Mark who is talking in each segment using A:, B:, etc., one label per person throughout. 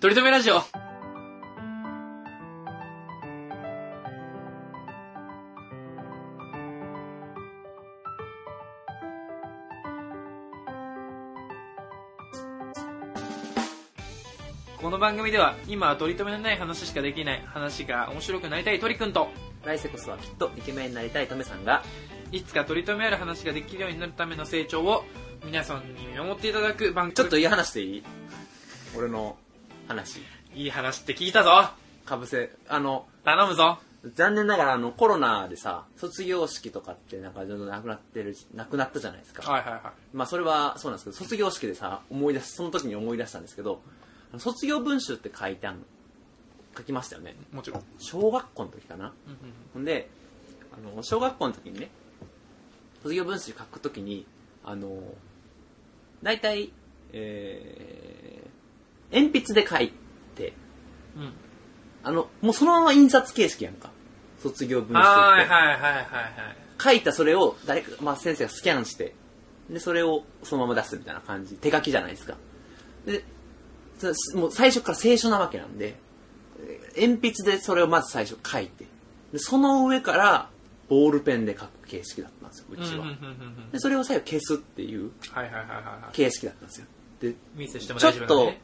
A: 取り留めラジオこの番組では今は取り留めのない話しかできない話が面白くなりたい鳥くんと
B: 来世こそはきっとイケメンになりたいトメさんが
A: いつか取り留めある話ができるようになるための成長を皆さんに見守っていただく番組
B: ちょっといい話でいい俺の話
A: いい話って聞いたぞ
B: かぶせあの
A: 頼むぞ
B: 残念ながらあのコロナでさ卒業式とかってなんかどんどんなくなってるなくなったじゃないですか
A: はいはいは
B: まあそれはそうなんですけど卒業式でさ思い出しその時に思い出したんですけどあの卒業文集って書いてあん書きましたよね
A: いもちろん、
B: 小学校の時か
A: う
B: な
A: んうん
B: ほんであの小学校の時にね卒業文集書く時にあの大体、えー、鉛筆で書いて
A: うんうん、
B: あのもうそのまま印刷形式やんか卒業文集って、
A: はいはいはいはいはい
B: 書いたそれを誰か、まあ、先生がスキャンしてでそれをそのまま出すみたいな感じ手書きじゃないですかでそもう最初から清書なわけなんでえー鉛筆でそれをまず最初書いてでその上からボールペンで書く形式だったんですよう
A: うんうん
B: ち
A: うん
B: は、
A: うん
B: でそれを最後消すっていう
A: はいはいはいはいはい
B: 形式だったんですよで
A: ミスしても
B: ちょ
A: 大
B: っ
A: 丈夫だ
B: と
A: ね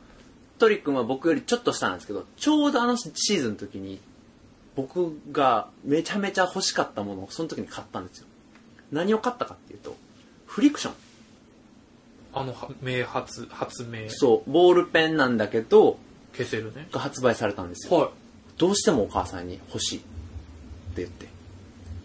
B: トリ君は僕よりちょっと下なんですけどちょうどあのシーズンの時に僕がめちゃめちゃ欲しかったものをその時に買ったんですよ何を買ったかっていうとフリクション
A: あのは名発発明
B: そうボールペンなんだけど
A: 消せるね
B: が発売されたんですよ
A: は
B: どうしてもお母さんに欲しいって言って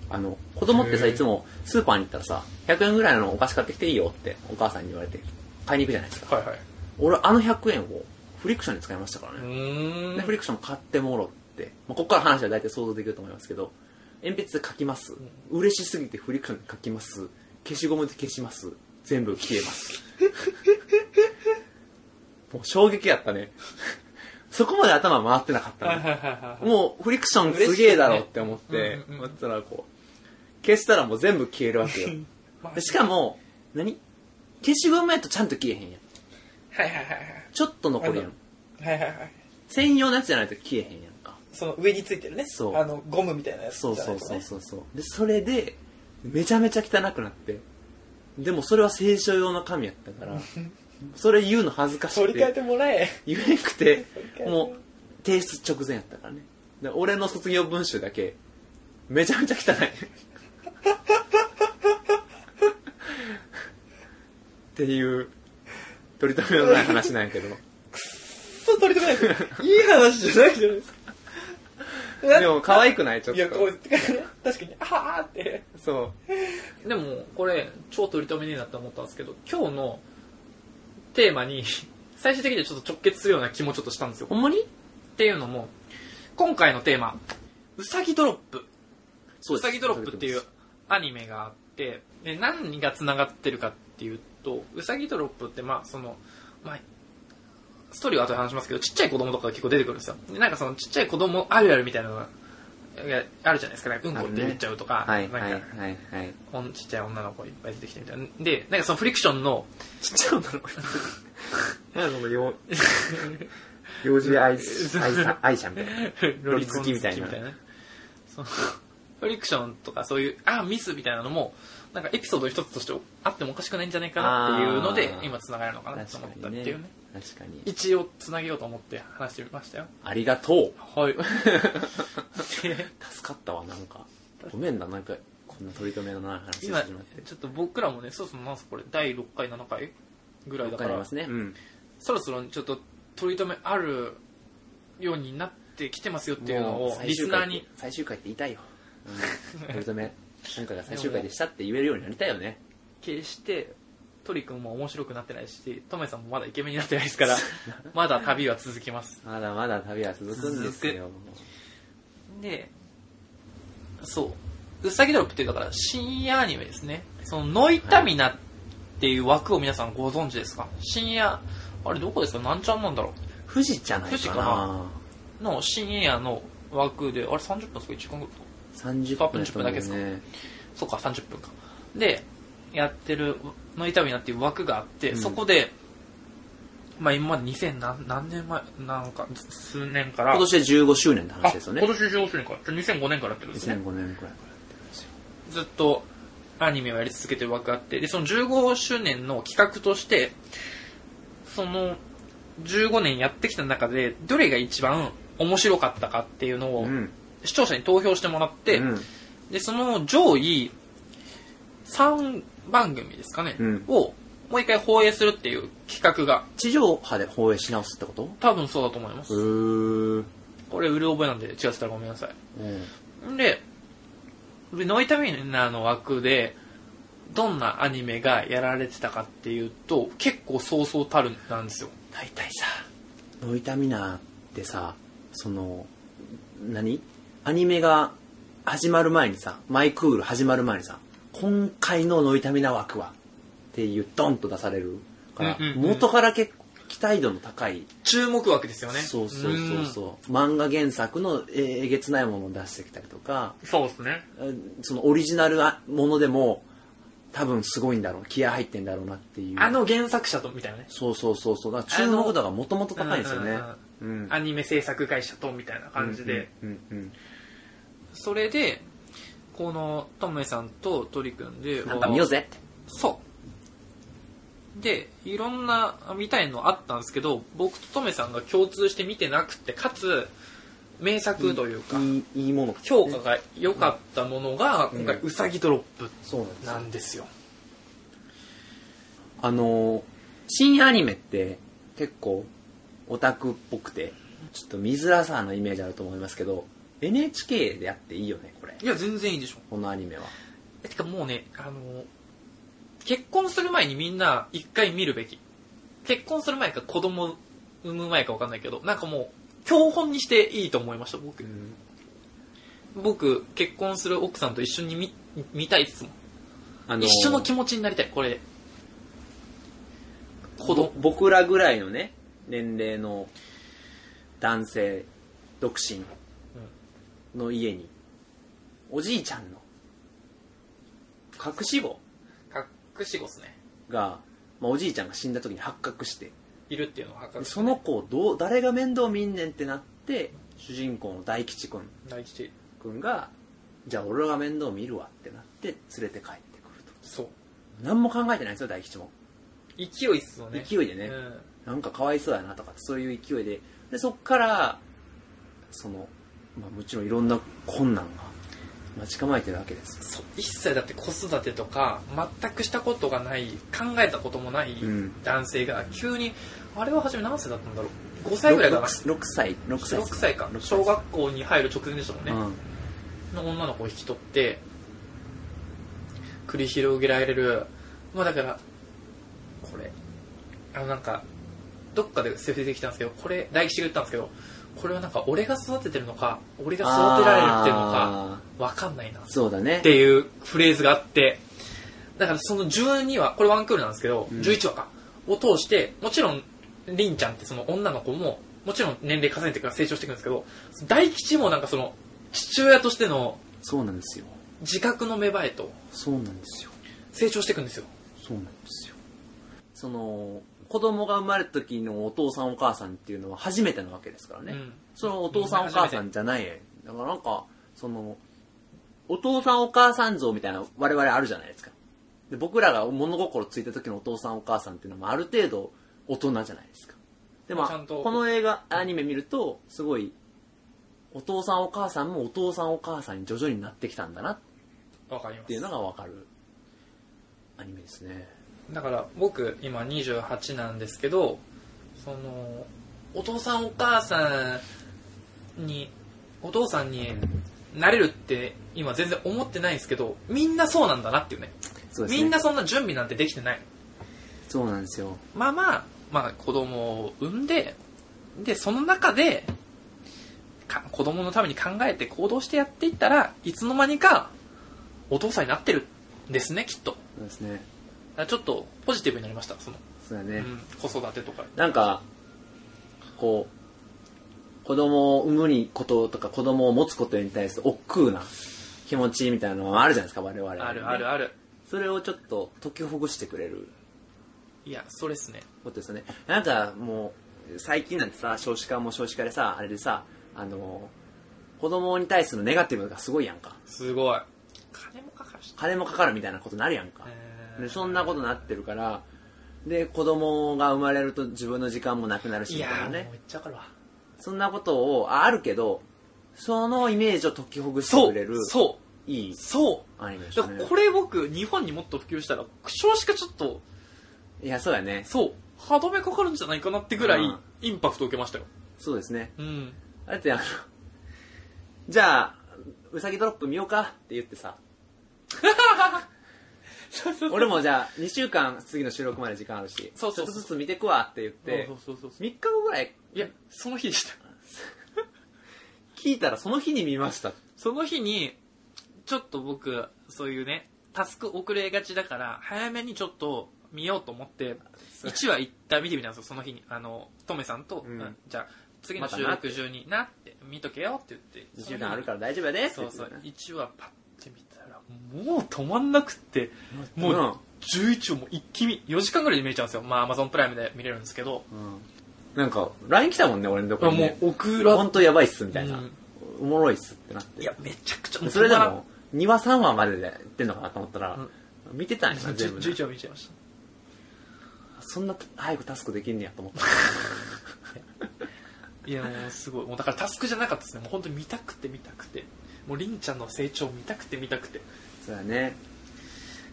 B: あの子供ってさ
A: へー
B: いつもスーパーに行ったらさ100円ぐらいのお菓子買ってきていいよってお母さんに言われて買いに行くじゃないです
A: い
B: か
A: はいはいう
B: 俺あの100円をフリクションに使いましたからね
A: ー
B: ネ
A: ん
B: フリクション買ってもろって、まあ、ここから話は大体想像できると思いますけど、鉛筆で書きます。嬉しすぎてフリクションで書きます。消しゴムで消します。全部消え ます。もう衝撃やったね。そこまで頭回ってなかった
A: はい
B: ね、
A: はいはいはいはい
B: もうフリクションすげえだろって思っ
A: 嬉しい
B: て
A: ね、うんうんうん
B: 思ったらこう、消したらもう全部消えるわけよ。
A: まあ
B: でしかも、何消しゴムやとちゃんと消えへんやん。
A: はいはいはい
B: ちょっと残るや
A: あ
B: ん
A: の。はいはいはいはい
B: 専用のやつじゃないと消えへんやんか。
A: その上についてるね
B: そう
C: あのゴムみたいなやつじゃ
B: そう
C: ないと
B: そ
C: ね
B: うそうそうそうでそれでめちゃめちゃ汚くなってでもそれは清書用の紙やった からそれ言うの恥ずかし
C: 取
B: く
C: り替え
B: て
C: てもらえ
B: 言えなく
C: 替
B: て
C: えて
B: もう提出直前やったからねで俺の卒業文集だけめちゃめちゃ汚いっていう取り留めのない話なんやけど
C: そう取り留めないですいい話じゃないじゃないですか
B: でも可愛くないちょっ
C: いやこう
B: と
C: 確かにああって
B: そ
A: でもこれ超取り留めねえなって思ったんですけど今日のテーマに 最終的にはちょっと直結するような気もちょっとしたんですよ
B: うほんまに
A: っていうのも今回のテーマうさぎドロップ
B: そう
A: うさぎドロップっていうアニメがあってで何がつながってるかっていうとうさぎドロップってまあその、まあ、ストーリーは後で話しますけどちっちゃい子供とかが結構出てくるんですよでなんかそのちっちゃい子供あるあるみたいなのがえあるじゃないですかなんかうんこって言っちゃうとか、
B: はい
A: な
B: は
A: ん
B: い
A: か、
B: はいはい
A: おんちっちゃい女の子いっぱい出てきてみたいなでなんかそのフリクション の
B: ちっちゃい女の子なんかそのよ幼児愛し愛さ愛者みたいな。
A: ロリコン
B: 好きみたいな
A: 好きそのフリクションとかそういうあミスみたいなのもなんかエピソード一つとしてあってもおかしくないんじゃないかなっていうので
B: あー
A: 今つながるのかなと思
B: 確
A: った
B: か
A: っ
B: に
A: て
B: ね。
A: いうね
B: 確かに。
A: 一応つなげようと思って話してみましたよ
B: ありがとう。
A: はい
B: 助かったわ、なんか。ごめんな、なんか、こんな取り留めのない話してしま
A: 今
B: って。
A: ちょっと僕らもねそろそろなんすかこれ第6回7回ぐらいだか
B: わかり
A: ら
B: ますね。うん。
A: そろそろちょっと取り留めあるようになってきてますよっていうの
B: も
A: を
B: 最
A: リ
B: 終
A: ス
B: 回
A: ナ
B: っ
A: ー
B: て
A: に
B: 最終回って言いたいよ。うん。取り留め。今回が最終回でしたって言えるようになりたいよね。
A: 決してトリ君も面白くなってないしトメさんもまだイケメンになってないですから まだ旅は続きます
B: まだまだ旅は続くんですよ。
A: でそうウサギドロップっていうだから深夜アニメですねそのノイタミナっていう枠を皆さんご存知ですか深夜あれどこですかなんちゃんなんだろ
B: 富士じゃない
A: 富士
B: か
A: か
B: な
A: な。うの深夜の枠であれ30分ですか1時間ぐらい
B: 30
A: パッ
B: 分
A: プ
B: や
A: ン10
B: と思う
A: 分だけですか
B: ね。
A: そうか30分かでやってるノイタミナっていう枠があって、
B: うん
A: そこでまあ今まで2000何何年前、なんか数年から。
B: 今年で15周年って話ですよ
A: あ
B: ね
A: 今。年上周年から。じゃあ2005年からやってるんですね。
B: 2005年くらい。
A: ずっとアニメをやり続けてる枠があって、で、その15周年の企画として、その15年やってきた中で、どれが一番面白かったかっていうのを
B: うん。
A: 視聴者に投票してもらって、
B: うん
A: で、その上位3番組ですかね、
B: うん
A: をもう一回放映するっていう企画が
B: 地上波で放映し直すってこと
A: 多分そうだと思いま
B: う
A: す。
B: ーん。
A: これ、うる覚えなんで違ってたらごめんなさい。んで、でノイタミナーの枠で、どんなアニメがやられてたかっていうと、結構そうそうたるなんですよ。
B: 大体さ、ノイタミナーってさ、その、何アニメが始まる前にさ、マイクール始まる前にさ、今回のノイタミナー枠はっていうドンと出されるから、
A: うんうんうん
B: 元から結構期待度の高い
A: 注目枠ですよね。
B: そうそうそうそう漫画原作のええげつないものを出してきたりとか
A: うん。そうですね。
B: えそのオリジナルあものでも多分すごいんだろう気合入ってんだろうなっていう
A: あの原作者とみたいなね。
B: そうそうそうそうだから注目度がもともと高いんですよねうん
A: アニメ制作会社とみたいな感じで。
B: うんうん
A: それで、この、トムエさんと取り組んで
B: う、んなんか見ようぜって
A: そう。で、いろんな、見たいのあったんですけど、僕とトメさんが共通して見てなくて、かつ、名作というか、
B: いいいいもの
A: 評価が良かったものが、
B: うん
A: 今回、ウサギドロップ
B: そうなんですよ
A: なんですよ。
B: あのー新アニメって結構オタクっぽくてちょっと見づらさのイメージあると思いますけど NHK でやっていいよねこれ
A: いや、全然いいでしょ。
B: このアニメは
A: えてかもうね、あの、結婚する前にみんな一回見るべき。結婚する前か子供産む前か分かんないけど、なんかもう、教本にしていいと思いました、僕。僕、結婚する奥さんと一緒に見見たいですもん。
B: あのー
A: 一緒の気持ちになりたい、これで。子供
B: ぼ。僕らぐらいのね年齢の男性独身の家におじいちゃんの隠し子
A: 隠し子っすね。
B: が、まあ、おじいちゃんが死んだ時に発覚して
A: いるっていうのを
B: で
A: 測る。
B: その子をどう誰が面倒見んねんってなって主人公の大吉君
A: 大吉。
B: 君がじゃあ俺が面倒見るわってなって連れて帰ってくると
A: そう。
B: 何も考えてないんですよ大吉も
A: 勢いっすよね。
B: 勢いでね、
A: うん。
B: なんかかわいそうやなとかそういう勢いででそっからその、まあ、もちろんいろんな困難が待ち構えてるわけです
A: そ
B: よ
A: う一切だって子育てとか全くしたことがない考えたこともない
B: ん
A: 男性が急に、あれは初め何歳だったんだろう5歳ぐらいかな
B: 6, 歳6歳
A: 6歳か
B: 六歳
A: 小学校に入る直前でしたもんね、
B: うん
A: の女の子を引き取って繰り広げられるまあだからこれあのなんかどっかで説明できたんですけどこれ大吉が言ったんですけどこれはなんか俺が育ててるのか俺が育てられるっていうのか
B: あ
A: 分かんないな
B: ーそうだね
A: っていうフレーズがあって、だからその12話、これワンクールなんですけど、
B: うん
A: 11話か、を通して、もちろん、りんちゃんってその女の子も、もちろん年齢重ねてから成長していくんですけど、大吉もなんかその、父親としての
B: そうなんですよ
A: 自覚の芽生えと
B: そうなんですよ
A: 成長していくんですよ。
B: そうなんですよその子供が生まれた時のお父さんお母さんっていうのは初めてなわけですからね、
A: うん
B: そのお父さんお母さんじゃないだからなんかそのお父さんお母さん像みたいな我々あるじゃないですかで僕らが物心ついた時のお父さんお母さんっていうのもある程度大人じゃないですかでも
A: ちゃんと
B: この映画アニメ見るとすごいお父さんお母さんもお父さんお母さんに徐々になってきたんだなっ
A: わかりま
B: ていう
A: す。
B: のがわかるアニメですね
A: だから僕、今28なんですけど、その、お父さんお母さんに、お父さんになれるって今全然思ってないんですけど、みんなそうなんだなっていうね。
B: そうですね
A: みんなそんな準備なんてできてない。
B: そうなんですよ
A: まあまあ、まあ子供を産んで、で、その中で、か子供のために考えて行動してやっていったらいつの間にかお父さんになってるんですね、きっと。だか
B: そうですね
A: らちょっとポジティブになりました、その、
B: そうだね、
A: うん子育てとか。
B: なんかこう子供を産むにこととか子供を持つことに対する億劫な気持ちみたいなのがあるじゃないですか我々、
A: あるあるある。
B: それをちょっと解きほぐしてくれる
A: いや、それっすね。
B: ことですよねなんかもう最近なんてさ少子化も少子化でさあれでさあの子供に対するネガティブがすごいやんか
A: すごい。金もかかるし。
B: 金もかかるみたいなことになるやんか
A: えー
B: でそんなことなってるからで子供が生まれると自分の時間もなくなるし
A: い
B: み
A: や
B: たいな
A: ー、
B: ね
A: もうめっちゃわかるわ。
B: そんなことをああるけどそのイメージを解きほぐして
A: そ
B: くれる
A: う、そ、
B: いいう
A: そ
B: アニメで
A: う。
B: し
A: だ
B: た
A: から
B: ね
A: これ僕、日本にもっと普及したら、少子化ちょっと、
B: いやそうやね
A: そう、歯止めかかるんじゃないかなってぐらい
B: うん、
A: インパクト受けましたよ。
B: そうですね
A: うん。
B: だってあのじゃあうさぎドロップ見ようかって言ってさ
A: そうそう
B: 俺もじゃあ2週間次の収録まで時間あるし
A: そうそう
B: ちょっとずつ見てくわって言って
A: そうそうそうそう。
B: 3日後ぐらい
A: いや、その日でした。
B: 聞いたらその日に見ました
A: その日に、ちょっと僕、そういうね、タスク遅れがちだから、早めにちょっと見ようと思って、
B: そう
A: 1話一旦見てみたんですよ、その日に。あの、トメさんと、
B: うん
A: うんじゃあ、次の収録中になって、見とけよって言って。
B: 2週間ある
A: ら。
B: から大丈夫やでって
A: そ
B: 言
A: う
B: って
A: そ
B: た
A: う
B: ね、
A: 1話パッて見たら、もう止まんなくって、も
B: うん
A: う、11話も一気見、4時間ぐらいで見れちゃうんですよ。まあ、アマゾンプライムで見れるんですけど、
B: うんなんか LINE 来たもんね俺のところに、
A: も
B: ね、
A: う、送ら
B: 本当やばいっすみたいな、
A: うん
B: おもろいっすってなって
A: いや、めちゃくちゃ、
B: それで
A: 止まらん
B: も2話3話まででやってんのかなと思ったら、見てたんやな全部な
A: 11話見ちゃいました。
B: そんな早くタスクできんねやと思った
A: いやもうすごいもうだからタスクじゃなかったですねもう本当に見たくて見たくてもうりんちゃんの成長見たくて見たくて
B: そうだね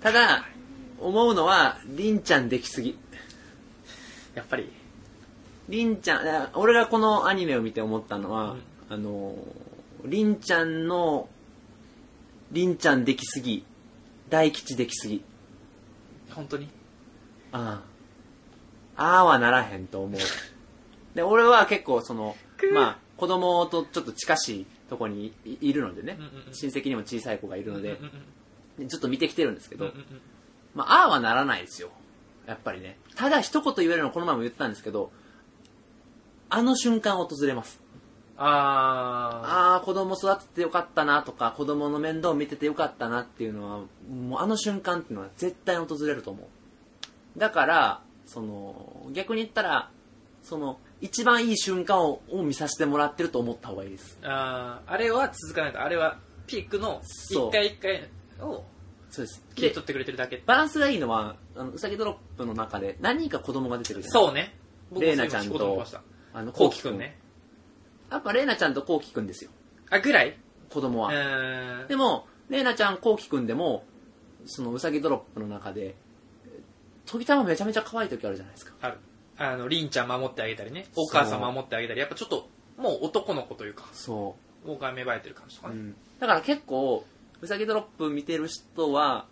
B: ただ思うのはりんちゃんできすぎ
A: やっぱり
B: りんちゃんあ俺がこのアニメを見て思ったのは、あのりんちゃんのりんちゃんできすぎ大吉できすぎ
A: 本当に
B: ああああはならへんと思うで俺は結構そのまあ子供とちょっと近しいとこにいいるのでね、
A: うんうんうん
B: 親戚にも小さい子がいるので
A: うんうん、
B: でちょっと見てきてるんですけ
A: うん
B: ど、
A: うんうんうん
B: まあ、ああはならないですよ。やっぱりね。ただ一言言えるのこの前も言ったんですけど、あの瞬間訪れます。
A: あ
B: ああ、子供育ててよかったなとか、子供の面倒を見ててよかったなっていうのは、もうあの瞬間っていうのは絶対訪れると思う。だから、その、逆に言ったら、その、一番いい瞬間をを見させてもらってると思った方がいいです。
A: ーあーあれは続かないとあれはピークの
B: そう
A: 一回一回を
B: そうです。
A: 切り
B: で
A: 取、ってくれてるだけ
B: バランスがいいのは、あの、うさぎドロップの中で何人か子供が出てるじゃない
A: そうね僕も
B: 玲奈ちゃんと
A: そういうの聞こう思いました
B: あの、
A: こ
B: こ
A: う
B: う
A: き
B: き
A: く
B: く
A: ん
B: ん
A: ね
B: ね。やっぱ、れいなちゃんとこうきくんですよ。
A: あぐらいう
B: 子供は。
A: ーん
B: でも、れいなちゃん、こうきくんでも、そのうさぎドロップの中で、時たまめちゃめちゃ可愛い時あるじゃないですか。
A: あるあのりんちゃん守ってあげたりねお母さん
B: そう
A: 守ってあげたりやっぱちょっともう男の子というか
B: そ
A: 僕が芽生えてる感じとか
B: う
A: ね、
B: ん。だから結構、うさぎドロップ見てる人は、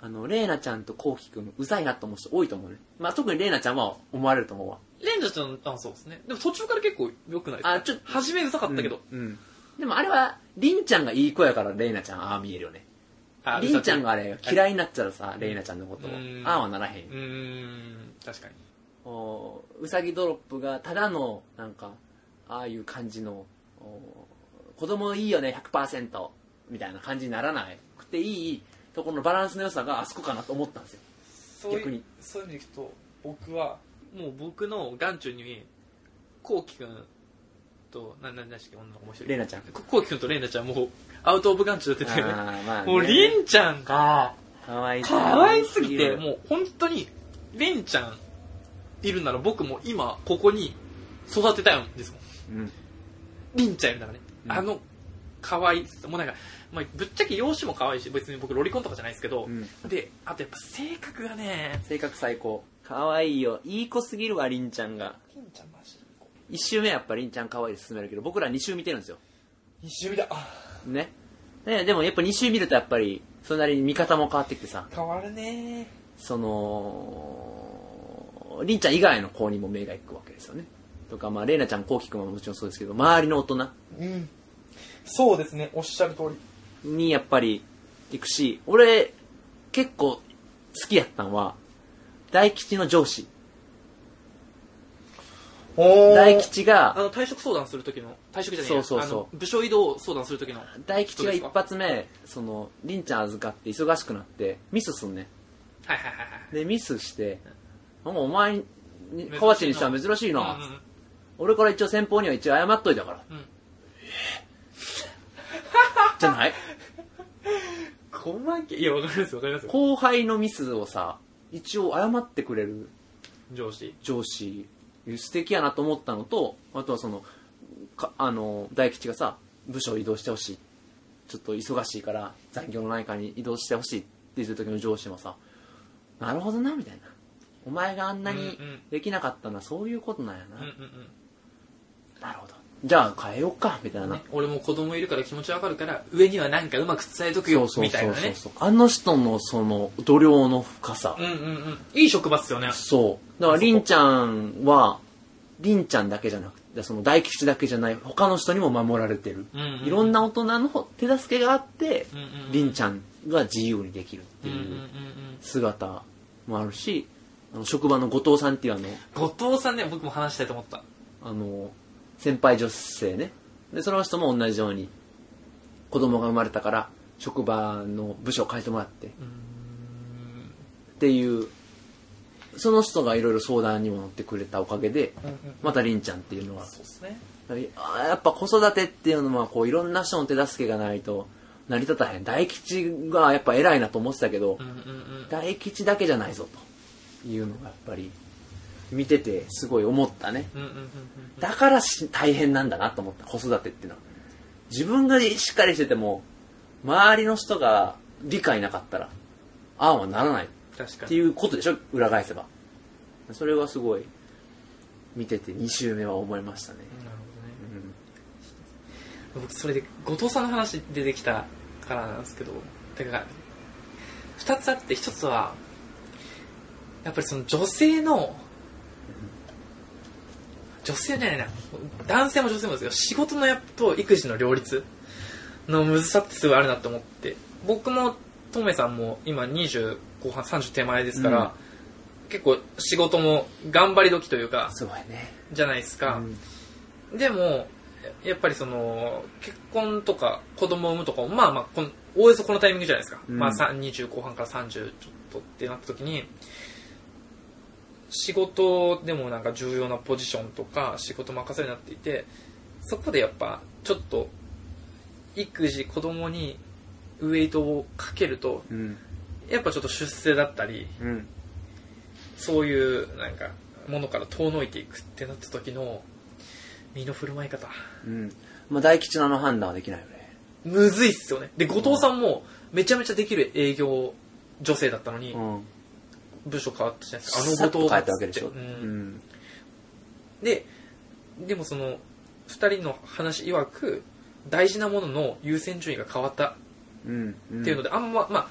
B: あの、れいなちゃんとこうきくん、うざいなと思う人多いと思うね。まあ、特にれいなちゃんは思われると思うわ。
A: レンジャーちゃんあそうですねでも途中から結構良くないですか
B: あちょっと
A: 初めうざかったけど、
B: うん。うんでもあれは、りんちゃんがいい子やから、れいなちゃん、ああ見えるよね。
A: あ
B: りんちゃんがあれ、嫌
A: い
B: いになっちゃうさ、れいなちゃんのことを
A: うん、
B: ああはならへんよ
A: うーん確かに
B: おうさぎドロップがただのなんかああいう感じのお子供いいよね100%みたいな感じにならなくていいところのバランスの良さがあそこかなと思ったんですよ
A: そういう
B: 逆に
A: そういう意味でいくと僕はもう僕の眼中にこうきくんとな何だっけ女の子もう一人
B: 玲奈ちゃん
A: ここうきくんとレイナちゃんもうアウトオブ眼中出てて、ね、
B: ああまあ、ね、
A: もうりんちゃんが
B: かわい
A: 可愛すぎて
B: う
A: もう本当にりんちゃんいるなら僕も今ここに育てたいんですもん
B: うん
A: りんちゃんいるならね、
B: うん
A: あの可愛いもうなんか、まあ、ぶっちゃけ容姿も可愛いし別に僕ロリコンとかじゃないですけど、
B: うん
A: であとやっぱ性格がね
B: 性格最高かわいいよいい子すぎるわりんちゃんが
A: りんちゃんマジでこう
B: 1周目はやっぱりんちゃんかわいいで進めるけど僕ら2周見てるんですよ
A: 一周目だあ
B: ねねでもやっぱ2周見るとやっぱりそれなりに見方も変わってきてさ
A: 変わるね
B: その、りんちゃん以外の子にも目が行くわけですよね。とか、まあ、れいなちゃん、こうきくんはもちろんそうですけど、周りの大人
A: うんそうですねおっしゃる通り
B: にやっぱり行くし、俺、結構好きやったんは、大吉の上司。
A: お
B: 大吉
A: あ
B: が、
A: の退職相談する時の退職じゃねえや
B: そうそうそ
A: あ
B: う
A: の部署移動相談する時の
B: 大吉が一発目、その、りんちゃん預かって忙しくなって、ミスすんね。
A: はいはいはいはい
B: で、ミスして、なんかお前に、河内にしては珍しいな、
A: うんうん
B: 俺から一応先方には一応謝っといたから。
A: ん
B: じゃない
A: 細けいいや、わかりますよわかりますよ。
B: 後輩のミスをさ、一応謝ってくれる
A: 上司。
B: 上司、素敵やなと思ったのと、あとはその、かあの、大吉がさ、部署移動してほしい。ちょっと忙しいから残業のないかに移動してほしいって言ってる時の上司もさ、なるほどな、みたいな。お前があんなに
A: うんうん
B: できなかったのはそういうことなんやな。
A: うんうんうん。
B: なるほど。じゃあ変えようか、みたいな。
A: ね、俺も子供いるから気持ちわかるから、上にはなんかうまく伝えとくよ、みたいなね。
B: そう。あの人のその度量の深さ。
A: うんうんうん。いい職場っすよね。
B: そう。だから、りんちゃんは、りんちゃんだけじゃなくて、その大吉だけじゃない、他の人にも守られてる。
A: うんうん
B: いろんな大人の手助けがあって、
A: うんうんうん
B: りんちゃんが自由にできるって
A: うんうんう
B: いうん姿もあるし、あの職場の後藤さんっていうあの、
A: うん。後藤さんね、僕も話したいと思った。
B: あの、先輩女性ね。で、その人も同じように、子供が生まれたから、職場の部署を変えてもらって、っていう、その人がいろいろ相談にも乗ってくれたおかげで、またりんちゃんっていうのは、
A: そうですね。
B: あやっぱ子育てっていうのは、こう、いろんな人の手助けがないと成り立たへん。大吉がやっぱ偉いなと思ってたけど
A: う、んうんうん。
B: 大吉だけじゃないぞ、というのがやっぱり、見ててすごい思ったね。
A: うんうんうんうん。
B: だからし大変なんだなと思った、子育てっていうのは。自分がしっかりしてても、周りの人が理解なかったら、ああはならないっ
A: 確か
B: て
A: に。
B: いうことでしょ、裏返せば。それはすごい、見てて2週目は思いましたね。
A: なるほどね。
B: うん
A: 僕それで後藤さんの話出てきたからなんですけどてか2つあって1つはやっぱりその女性の女性じゃないな男性も女性もですけど仕事のやっと育児の両立のむずさってすごいあるなと思って僕もトメさんも今20後半30手前ですから、結構仕事も頑張り時というか
B: すごいね。
A: じゃないですか、
B: うん
A: でも、ややっぱりその、結婚とか子供を産むとかも、まあまあ、この、おおよそこのタイミングじゃないですか。
B: うん
A: まあ、さ20後半から30ちょっとってなった時に、仕事でもなんか重要なポジションとか、仕事任せるようになっていて、そこでやっぱ、ちょっと、育児、子供に、ウエイトをかけると、
B: うん。
A: やっぱちょっと出世だったり、
B: うん。
A: そういう、なんか、ものから遠のいていくってなった時の、身の振る舞い方。
B: うん。まあ、大吉のあの判断はできないよね。
A: むずいっすよね。で、後藤さんも、めちゃめちゃできる営業女性だったのに、
B: うん。
A: 部署変わったじゃないですか。あの
B: さっ
A: 後藤
B: と変
A: が
B: えたわけでしょ。
A: つって
B: う
A: うん
B: ん。
A: で、でもその、二人の話曰く、大事なものの優先順位が変わった
B: うん。ん
A: っていうので、あんま、まあ、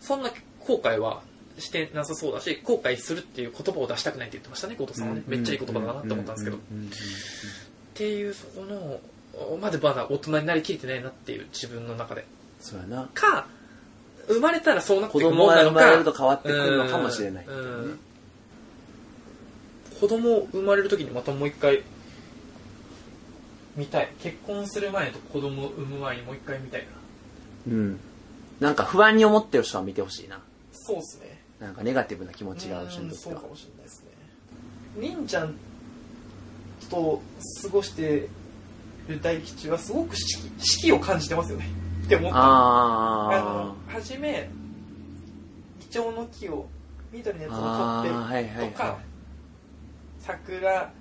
A: そんな後悔はしてなさそうだし、後悔するっていう言葉を出したくないって言ってましたね、後藤さんはね。めっちゃいい言葉だなと思ったんですけど。
B: う
A: っ
B: うんうん
A: ていう、そこの、まだまだ大人になりきれてないなっていう自分の中で。
B: そうやな。
A: か生まれたらそうなって
B: 子
A: くる
B: 供
A: もんな
B: が生
A: のか
B: まれると変わってくるのかもしれないって
A: う
B: い
A: ん
B: う
A: う
B: ね
A: ん。子供生まれる時にまたもう一回見たい結婚する前と子供産む前にもう一回見たいな
B: うん。なんか不安に思ってる人は見てほしいな。
A: そうっすね
B: なんかネガティブな気持ちがある人にとって
A: そう
B: は
A: か。もしれないですねりんちゃんと過ごしてる大吉はすごく四季四季を感じてますよ ねって思ったあ
B: あ
A: の初めイチョウの木を緑のや
B: ー
A: つ
B: あー。
A: を
B: は
A: 取
B: い
A: って
B: はい
A: とか
B: は
A: 桜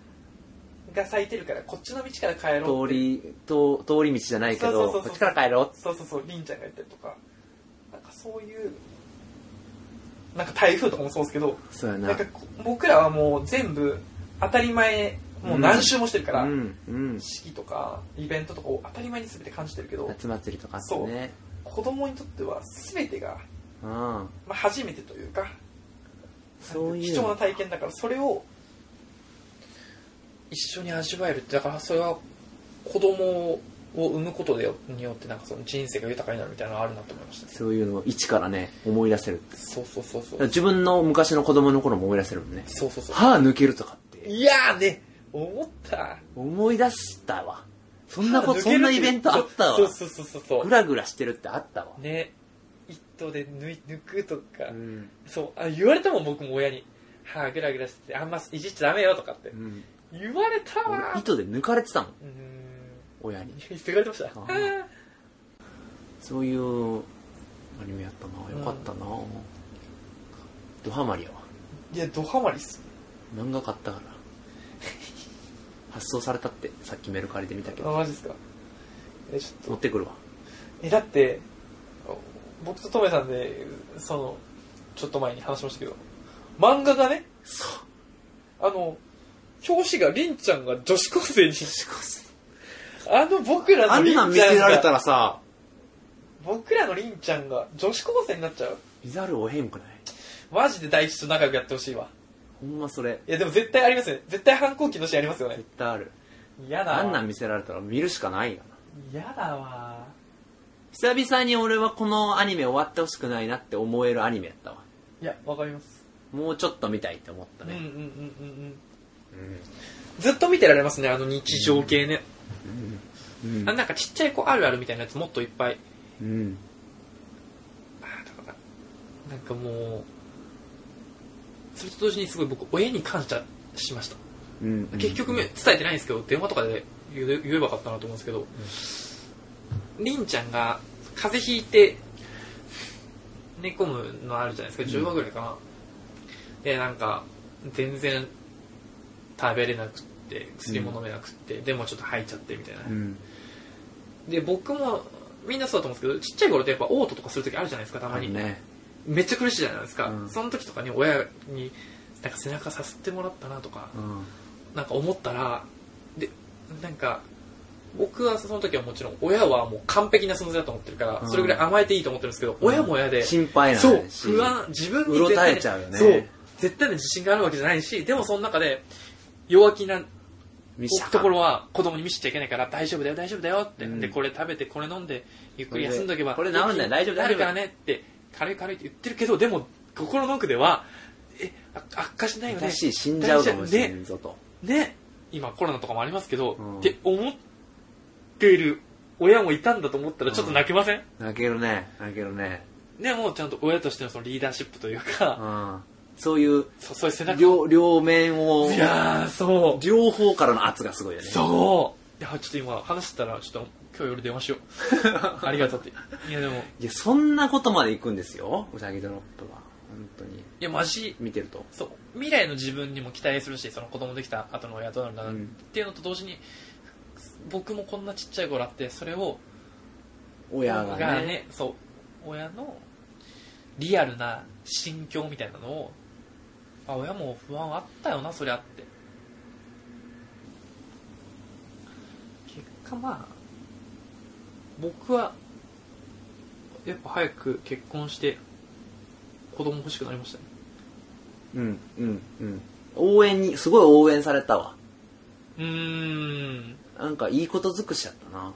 A: が咲いてるからこっちの道から帰
B: い。
A: ろう
B: 通
A: って
B: り、と通り道じゃないけ
A: そう
B: ど、
A: そうそう
B: こ
A: そう
B: っちから帰ろうって。
A: そうそうそうりんちゃんが言ってるとかなんかそういうなんか台風とかもそうですけど
B: そうやな
A: なん。かこ僕らはもう全部当たり前もう何周もしてるから、
B: うん、うん。
A: 式とかイベントとかを当たり前に全て感じてるけど
B: 夏祭りとかあったね。
A: 子供にとっては全てが、
B: うん。
A: まあ、初めてというか
B: そういう。
A: 貴重な体験だからそれを一緒に味わえるってだからそれは子供を産むことでよによってなんかその人生が豊かになるみたいなのがあるなと思いました
B: そういうのを一からね、思い出せるって。
A: そうそうそうそ
B: だから
A: う
B: 自分の昔の子供の頃も思い出せるもんね。
A: そうそうそう
B: 歯抜けるとかって、
A: いやーね思った
B: 思い出したわ。そんなこと、
A: 抜け
B: そ
A: る
B: んなイベントあったわ
A: そう。そうそうそうそ
B: ぐ
A: う
B: らぐらしてるってあったわ。
A: ね一頭で抜い抜くとか、
B: うん。
A: そうあ言われたもん僕も親に歯グラグラしててあんまいじっちゃダメよとかって
B: うん、
A: 言われたわ
B: 俺
A: ー
B: 糸で抜かれてたもん
A: うーん
B: 親に
A: いつかれてました
B: あーそういうアニメやったなよかったな、ドハマりやわ
A: いやドハマりっす
B: 漫画買ったから発送されたってさっきメルカリで見たけ
A: あ
B: ど
A: マジっすかえちょ
B: 持
A: っと
B: ってくるわ
A: えだってお僕とトメさんでそのちょっと前に話しましたけど漫画がね
B: そう
A: あの表紙が凛ちゃんが女子高生にあの僕ら
B: あ
A: の
B: ん
A: 凛
B: なん見
A: ちゃ
B: せ
A: ん
B: られた
A: が
B: らさ
A: 僕らの凛ちゃんが女子高生になっちゃう
B: 見ざるをえんくない
A: マジで大吉と仲良くやってほしいわ
B: ほんまそれ
A: いやでも絶対ありますよね絶対反抗期のシーンありますよね
B: 絶対ある
A: 嫌だわ
B: あんなん見せられたら見るしかないよな
A: 嫌だわ
B: 久々に俺はこのアニメ終わってほしくないなって思えるアニメやったわ
A: いやわかります
B: もうちょっと見たいって思った
A: うんうんうん
B: ね、
A: うんうん
B: うん
A: ずっと見てられますねあの日常系ね、
B: うん
A: あなんかちっちゃい子あるあるみたいなやつもっといっぱい
B: うん
A: あーとかだなんかもうそれと同時にすごい僕親に感謝しました
B: うん
A: 結局め伝えてないんですけど電話とかで言う言えばよかったなと思うんですけど、りんちゃんが風邪ひいて寝込むのあるじゃないですか10話ぐらいかな、でなんか全然食べれなくって薬も飲めなくって、でもちょっと吐いちゃってみたいな、
B: うん
A: で僕もみんなそうだと思うんですけどちっちゃい頃ってやっぱ嘔吐とかする時あるじゃないですかたま
B: あ
A: に、
B: るね
A: めっちゃ苦しいじゃないですか、
B: うん
A: その時とかに親になんか背中さすってもらったなとか、
B: うん
A: なんか思ったらでなんか僕はその時はもちろん親はもう完璧な存在だと思ってるから、
B: うん
A: それぐらい甘えていいと思ってるんですけど、親も親で、
B: 心配なん
A: そう
B: やし
A: 不安自分に
B: うろ
A: 絶
B: た
A: 対
B: えちゃうよね
A: そう絶対の自信があるわけじゃないしでもその中で弱気な
B: 見した
A: ところは子供に見せちゃいけないから大丈夫だよ大丈夫だよって、
B: うん
A: でこれ食べてこれ飲んでゆっくり休んどけば
B: これこれ治るんだよ大丈夫
A: な
B: 大
A: る
B: 丈
A: か
B: 夫
A: らねって軽い軽いって言ってるけどでも心の奥ではえあ悪化しないよね
B: だし死んじゃうかもしれ
A: ね
B: んぞと
A: ね、今コロナとかもありますけど、
B: うん
A: って思っている親もいたんだと思ったらちょっと泣けません、
B: 泣けるね泣けるね
A: ね、もうちゃんと親としてのそのリーダーシップという
B: う
A: か、
B: んそういう
A: そそういう背中を。
B: 両両面を
A: いやー、そ
B: 両方からの圧がすごいよ
A: う。
B: ね
A: そう。いや、ちょっと今話してたら、ちょっと今日夜電話しよ う。ありがとうって。いや、でも、
B: いやそんなことまで行くんですようさぎドロップは本当に
A: いや、マジ、
B: 見てると
A: そう、未来の自分にも期待するし、その子供できた後の親どうなるんだなっ
B: うん
A: ていうのと同時に、僕もこんなちっちゃい頃あって、それを
B: 親がね
A: そう親のリアルな心境みたいなのをあ親も不安あったよなそりゃって結果まあ僕はやっぱ早く結婚して子供欲しくなりましたね
B: うんうんうん応援にすごい応援されたわ
A: うーん
B: なんかいいこと尽くしやったな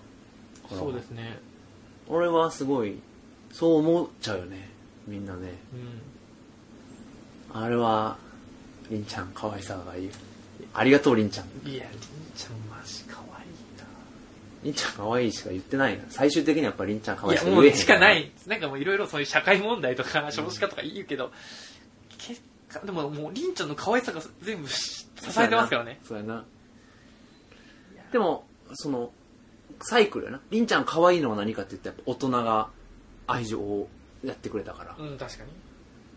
A: そうですね
B: 俺はすごいそう思っちゃうよねみんなね
A: うん
B: あれはりんちゃん可愛さがいいありがとうりんちゃん
A: いやりんちゃんマジ可愛いな
B: りんちゃん可愛いしか言ってないな最終的にはやっぱりんちゃん可
A: い
B: 愛い
A: や、
B: し
A: も
B: 言え
A: う
B: へん
A: しかない。なんかもういろいろそういう社会問題とか少子化とか言うけど、結果、でももう、りんちゃんの可愛さが全部し支えてますからね。
B: そうやなでもそのサイクルやなりんちゃん可愛いのは何かって言ったらやっぱ大人が愛情をやってくれたから、
A: うん、確かに。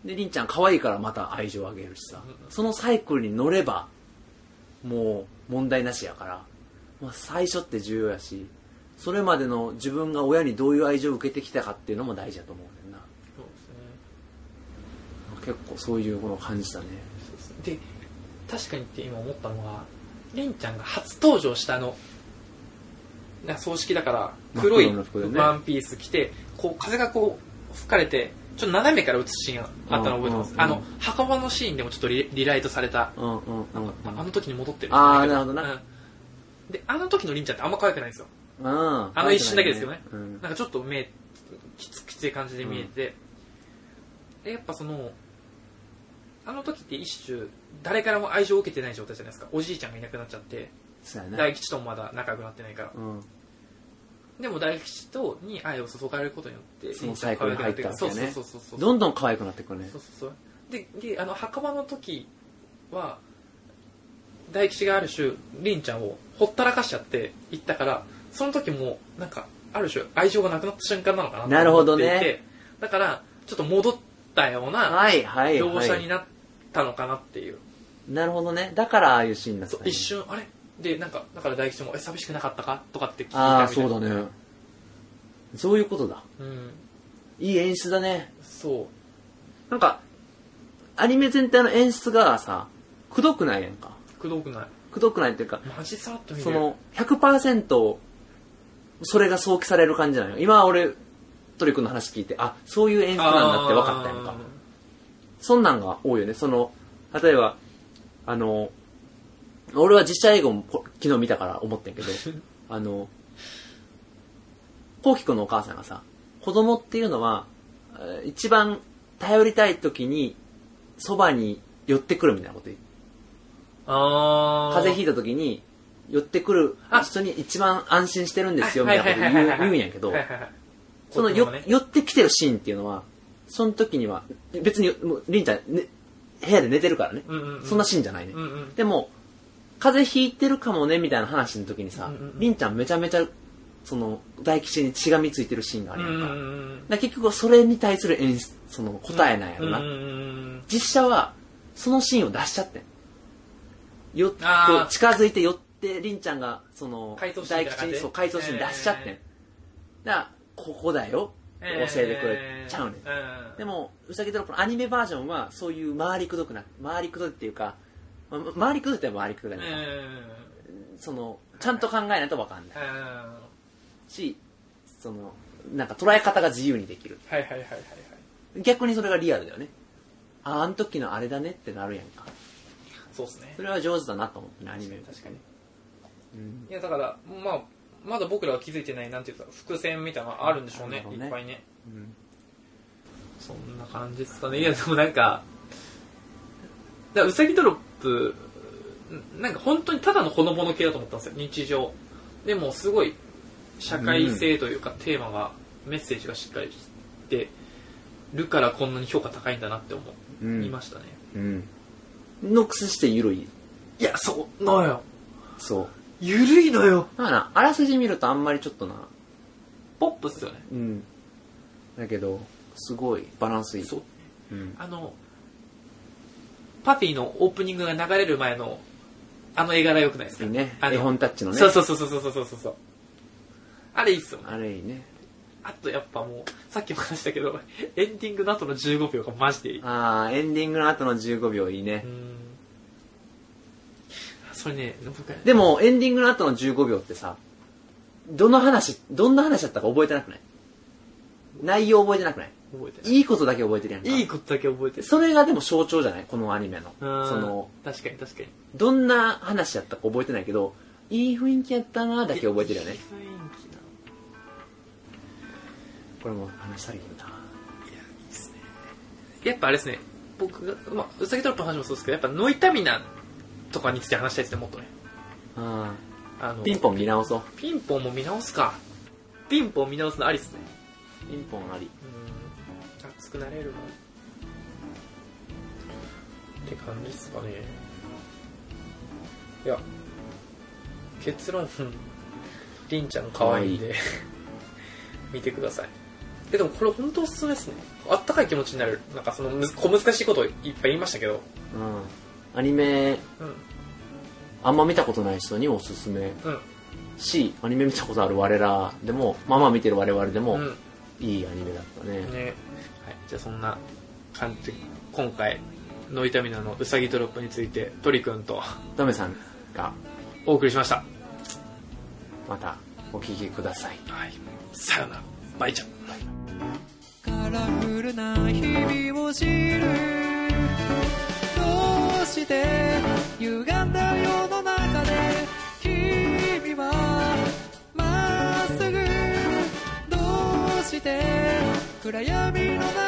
B: でりんちゃん可愛いからまた愛情をあげるしさ、
A: うん
B: そのサイクルに乗ればもう問題なしやから、まあ、最初って重要やしそれまでの自分が親にどういう愛情を受けてきたかっていうのも大事だと思うねんな
A: そうで
B: 結構そういうものを感じたね
A: すね。で、確かにって今思ったのは、りんちゃんが初登場したあの、な葬式だから、
B: 真っ
A: 黒
B: 黒
A: い
B: の服でね
A: ワンピース着て、こう風がこう吹かれて、ちょっと斜めから映すシーンがあったの覚えてま
B: う
A: す
B: ん。うん
A: あの、墓場のシーンでもちょっとリリライトされた
B: うんうんうんうん
A: ああの時に戻ってる。
B: あーなるほどな
A: うんで、あの時のりんちゃんってあんま可愛くないんですよ。
B: あ
A: あの一瞬だけですけどね
B: うん
A: なんかちょっと目、きつきつい感じで見えて。でやっぱその、あの時って一種、誰からも愛情を受けてない状態じゃないですか。おじいちゃんがいなくなっちゃって、
B: そうやな
A: 大吉ともまだ仲良くなってないから。
B: うん
A: でも大吉とに愛を注がれることによって、
B: そのサイクルに入ったわけね
A: りんちゃんが可愛くなってくるそうそうそうそうそう。
B: どんどん可愛くなってくるね
A: そうそうそうでであの墓場の時は大吉がある種凛ちゃんをほったらかしちゃって行ったからその時もなんかある種愛情がなくなった瞬間なのかな
B: なる
A: と
B: ほ
A: 思
B: ど
A: ってい
B: ね
A: てだからちょっと戻ったような
B: はいはい
A: 描
B: は
A: 写に
B: い。
A: なったのかなっていう、
B: なるほどね。だからああいうシーンになった
A: そ
B: ん
A: う
B: だ
A: 一瞬あれでなんかだから大吉も「え寂しくなかったか?」とかって聞いたみたい
B: あ
A: な
B: あ、そうだね。そういうことだ。
A: うん
B: いい演出だね。
A: そう
B: なんか、アニメ全体の演出がさ、くどくないやんか。
A: くどくない
B: くどくないっていうか、
A: マジさらっと見れる
B: その、100%、それが想起される感じなのよ。今俺、トリ君の話聞いて、あ、そういう演出なんだって分かったやん
A: あ
B: か
A: ー。
B: そんなんが多いよね。その、例えば、あの、俺は実写映画もこ昨日見たから 思ってんけど、あの、こうきくんのお母さんがさ、子供っていうのは、えー一番頼りたい時に、そばに寄ってくるみたいなこと言う
A: あー
B: 風邪ひいた時に、寄ってくる
A: あ
B: 人に一番安心してるんですよ、み
A: は
B: たい
A: い
B: な
A: は
B: こ
A: い
B: と
A: はいはい
B: 言
A: う
B: 言うんやけど
A: はい、はいはい
B: その
A: 子供
B: よ
A: がね、
B: 寄ってきてるシーンっていうのは、その時には、別に、もうりんちゃん、ね、部屋で寝てるからね。
A: うんうんうん
B: そんなシーンじゃないね。
A: うんうん
B: でも、風邪ひいてるかもね、みたいな話の時にさ
A: うんうんう、ん
B: り、んちゃんめちゃめちゃ、その、大吉に血がみついてるシーンがあ
A: う
B: る
A: ん
B: や
A: うんんう
B: か。だか
A: ん
B: ら結局はそれに対する演出、その答えなんやろな。
A: うんうんうん
B: 実写は、そのシーンを出しちゃってん。よこ
A: あー
B: う近づいて寄って、りんちゃんが、その
A: 回想、シーン
B: 大
A: みたいな感
B: 吉
A: じ
B: に、そう、回想シーン出しちゃってん。
A: え
B: だから、ここだよ。
A: えー
B: 教えてくれちゃうねん。
A: ん
B: でも、うさぎドロップのアニメバージョンは、そういう回りくどくな、回りくどいっていうか、まま回りくどいって回りくど
A: う
B: い
A: ん
B: な
A: う
B: い
A: ん
B: か、
A: うん
B: その、ちゃんと考えないとわかんない
A: は
B: し、その、なんか捉え方が自由にできる。
A: いはいはいはいはい
B: 逆にそれがリアルだよね。あ、あの時のあれだねってなるやんか。
A: そうですね
B: それは上手だなと思ってね、アニメ。
A: 確かに
B: うん。
A: いやだからまあまだ僕らは気づいてないなんていうか伏線みたいなのがあるんでしょう
B: な
A: ね
B: るほど
A: い
B: ね
A: っぱいね
B: うん
A: そんな感じですかね。いや、でもなんか、だからうさぎドロップ、んなんか本当にただのほのぼの系だと思ったんですよ、日常。でもすごい、社会性というか、テーマが、メッセージがしっかりしてるからこんなに評価高いんだなって思
B: うん
A: いましたね。
B: うん。ノックスしてゆるい。
A: いや、そうなのよ。
B: そう。
A: ゆるいのよ。
B: だから、あらすじ見るとあんまりちょっとな、
A: ポップっすよね。
B: うん。だけど、すごいバランスいい。
A: そう。
B: うん。
A: あの、パピーのオープニングが流れる前の、あの絵柄良くないですか
B: いいね。
A: あの
B: 絵本タッチのね。
A: そうそうそうそうそうそうそうそうあれいいっすよね
B: あれいいね。
A: あとやっぱもうさっきも話したけど エンディングの後の15秒がマジでいいう
B: ああ、エンディングの後の15秒いいね
A: ー。んそれね僕
B: でも、エンディングの後の15秒ってさ、どの話、どんな話だったか覚えてなくない内容覚えてなくない
A: 覚えてない
B: いいことだけ覚えてるやんか。
A: いいことだけ覚えてる
B: それがでも象徴じゃないこのアニメの。
A: う
B: そ
A: ーん
B: の、
A: 確かに確かに
B: どんな話やったか覚えてないけど、いい雰囲気やったなーだけ覚えてるよ
A: い
B: ね
A: い。雰囲気な
B: これも話したらいいんだ。
A: やっぱあれですね僕が、まあ、うさぎトラップの話もそうですけどやっぱノイタミナとかについて話したいですねもっとね
B: あ
A: あ
B: ー
A: の
B: ピンポン見直そう。
A: ピンポンも見直すかピンポン見直すのありっすね
B: ピンポンあ
A: う
B: り。
A: ん熱くなれるもんって感じですかねいや結論りんちゃん可愛いんで見てくださいえでもこれ本当おすすめですねあったかい気持ちになるなんかそのむ小難しいこといっぱい言いましたけど
B: うん。アニメ、
A: うん
B: あんま見たことない人におすすめ
A: うん
B: し、アニメ見たことある我らでも、まあまあ見てる我々でも、
A: うん
B: いいアニメだったね。
A: ねはい、じゃあそんな感じで今回ノイタミナのうさぎドロップについて鳥くんと
B: ダメさんが
A: お送りしました
B: またお聞きください。
A: はい、さよならバイちゃん
D: カラフルな日々を知るどうして歪んだ世の中で君はまっすぐどうして暗闇の中